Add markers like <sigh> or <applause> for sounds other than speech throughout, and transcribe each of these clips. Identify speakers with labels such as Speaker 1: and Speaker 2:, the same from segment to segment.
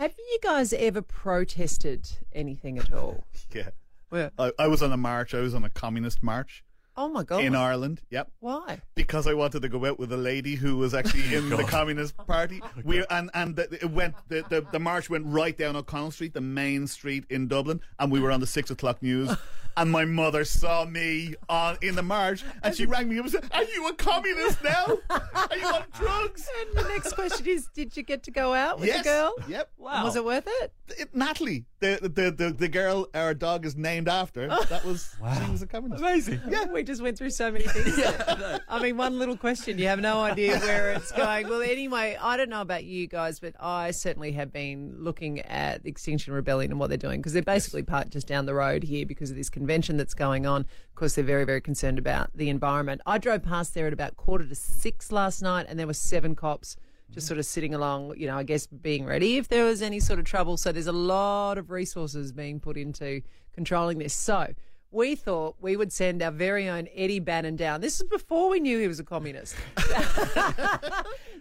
Speaker 1: you guys ever protested anything at all?
Speaker 2: Yeah.
Speaker 1: Well,
Speaker 2: I, I was on a march. I was on a communist march
Speaker 1: oh my god!
Speaker 2: in Ireland. Yep.
Speaker 1: Why?
Speaker 2: Because I wanted to go out with a lady who
Speaker 1: <laughs>
Speaker 2: was
Speaker 1: Oh
Speaker 2: actually in the Communist Party. We and and the, it went the, the the march went right down O'Connell Street, the main street in Dublin, and we were on the six
Speaker 1: <laughs>
Speaker 2: o'clock news. And my mother saw me on in the march, and she rang me up and said, "Are you a communist now? Are you on
Speaker 1: <laughs>
Speaker 2: drugs?"
Speaker 1: And the next question is, did you get to go out with
Speaker 2: yes.
Speaker 1: the girl?
Speaker 2: Yep.
Speaker 1: And Was it worth it?
Speaker 2: It- Natalie, the, the the the girl our dog is named
Speaker 1: <laughs>
Speaker 2: after. That was she was a communist.
Speaker 3: Amazing.
Speaker 1: Yeah. <laughs> We just went through so many things. I mean, one little question, you have no idea where it's going. Well, anyway, I don't know about you guys, but I certainly have been looking at the Extinction Rebellion and what they're doing because they're basically parked just down the road here because of this convention that's going on. Of course, they're very, very concerned about the environment. I drove past there at about quarter to six last night, and there were seven cops. Just sort of sitting along, you know, I guess being ready if there was any sort of trouble. So there's a lot of resources being put into controlling this. So we thought we would send our very own Eddie Bannon down. This is before we knew he was a communist.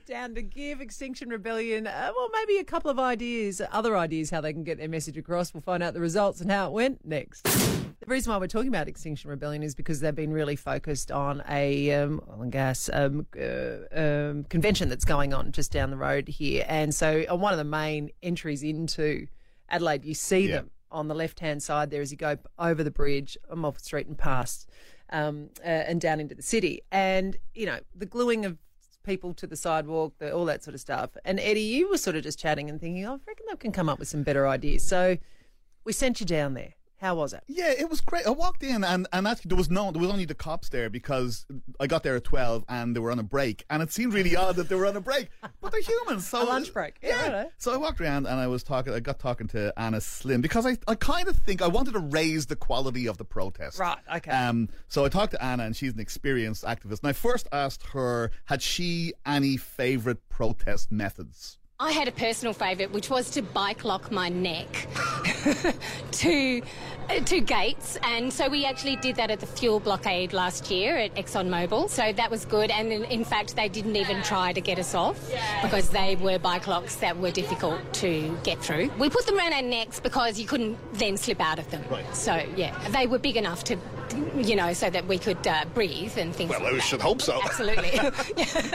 Speaker 1: down to give Extinction Rebellion, uh, well, maybe a couple of ideas, other ideas how they can get their message across. We'll find out the results and how it went next. The reason why we're talking about Extinction Rebellion is because they've been really focused on a um, oil and gas um, uh, um, convention that's going on just down the road here, and so on one of the main entries into Adelaide, you see
Speaker 2: Yeah.
Speaker 1: them on the left hand side there as you go over the bridge on Mulford Street and past um, uh, and down into the city. And, you know, the gluing of people to the sidewalk, the, all that sort of stuff. And Eddie, you were sort of just chatting and thinking, oh, I reckon they can come up with some better ideas. So we sent you down there. How was it?
Speaker 2: Yeah, it was great. I walked in and, and actually there was no there was only the cops there because I got there at twelve and they were on a break and it seemed really odd that they were on a break, but they're humans. So
Speaker 1: A lunch break. Yeah,
Speaker 2: Yeah.
Speaker 1: I know.
Speaker 2: So I walked around and I was talking. I got talking to Anna Slim because I I kind of think I wanted to raise the quality of the protest.
Speaker 1: Right, okay.
Speaker 2: Um. So I talked to Anna and she's an experienced activist. And I first asked her had she any favorite protest methods.
Speaker 4: I had a personal favourite, which was to bike lock my neck <laughs> to uh, to gates, and so we actually did that at the fuel blockade last year at ExxonMobil. So that was good, and in, in fact, they didn't even try to get us off because they were bike locks that were difficult to get through. We put them around our necks because you couldn't then slip out of them.
Speaker 2: Right.
Speaker 4: So yeah, they were big enough to, you know, so that we could uh, breathe and things. like that.
Speaker 2: hope so.
Speaker 4: Absolutely.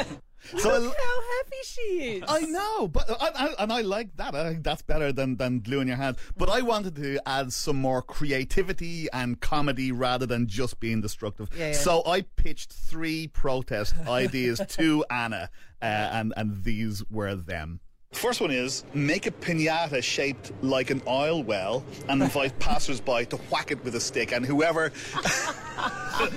Speaker 4: <laughs>
Speaker 2: So I-
Speaker 1: Look how happy she is.
Speaker 2: <laughs> I know, but I, I, and I like that. I think that's better than than glue in your hand. But I wanted to add some more creativity and comedy rather than just being destructive.
Speaker 1: Yeah, yeah.
Speaker 2: So I pitched
Speaker 1: <laughs>
Speaker 2: three protest ideas to Anna, uh, and and these were them. First one is make a pinata shaped like an oil well and <laughs> invite passersby to whack it with a stick, and whoever, <laughs>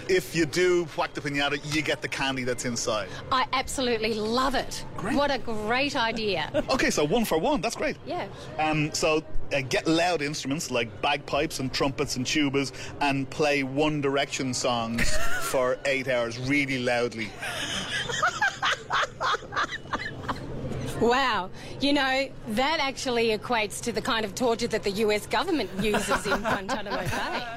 Speaker 2: if you do whack the pinata, you get the candy that's inside.
Speaker 4: I absolutely love it. What a great idea.
Speaker 2: Okay, so one for one, that's great.
Speaker 4: Yeah.
Speaker 2: Um, so uh, get loud instruments like bagpipes and trumpets and tubas and play One Direction songs for eight hours really loudly.
Speaker 4: Wow. You know, that actually equates to the kind of torture that the US government uses in Guantanamo Bay.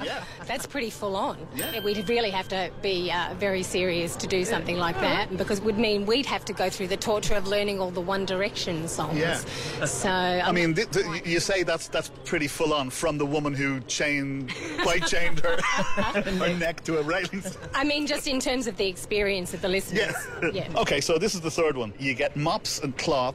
Speaker 4: Yeah. That's pretty full on.
Speaker 2: Yeah.
Speaker 4: We'd really have to be uh, very serious to do something like that because it would mean we'd have to go through the torture of learning all the One Direction songs.
Speaker 2: Yeah.
Speaker 4: So,
Speaker 2: I mean, th- th- you say that's that's pretty full on from the woman who chain quite chained her her neck to a railing.
Speaker 4: I mean, just in terms of the experience of the listeners.
Speaker 2: Yes.
Speaker 4: Yeah.
Speaker 2: <laughs> Okay, so this is the third one. You get mops and cloths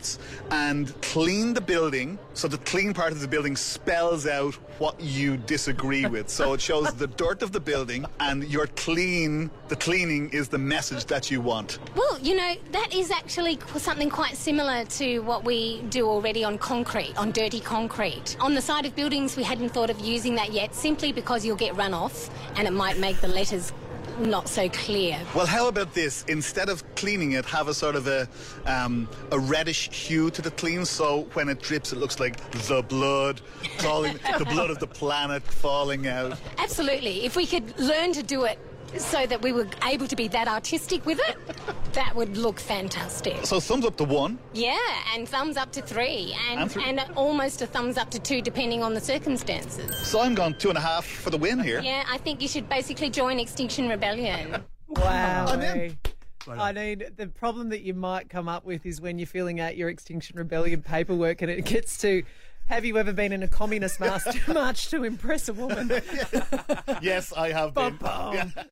Speaker 2: and clean the building so the clean part of the building spells out what you disagree with. So it shows the dirt of the building and your clean, the cleaning is the message that you want.
Speaker 4: Well, you know, that is actually qu- something quite similar to what we do already on concrete, on dirty concrete. On the side of buildings, we hadn't thought of using that yet simply because you'll get runoff and it might make the letters not so clear.
Speaker 2: Well, how about this? Instead of cleaning it, have a sort of a um, a reddish hue to the clean, so when it drips, it looks like the blood falling, the blood of the planet falling out.
Speaker 4: Absolutely. If we could learn to do it so that we were able to be that artistic with it, that would look fantastic.
Speaker 2: So thumbs up to one.
Speaker 4: Yeah, and thumbs up to three, and,
Speaker 2: And three.
Speaker 4: and almost a thumbs up to two, depending on the circumstances.
Speaker 2: So I'm going two and a half for the win here.
Speaker 4: Yeah, I think you should basically join Extinction Rebellion.
Speaker 1: Wow.
Speaker 2: I'm in.
Speaker 1: I mean, the problem that you might come up with is when you're filling out your Extinction Rebellion paperwork and it gets to Have you ever been in a <laughs> communist mas- march to impress a woman?
Speaker 2: <laughs> yes, I have been.
Speaker 1: Bum, bum.
Speaker 2: Yeah.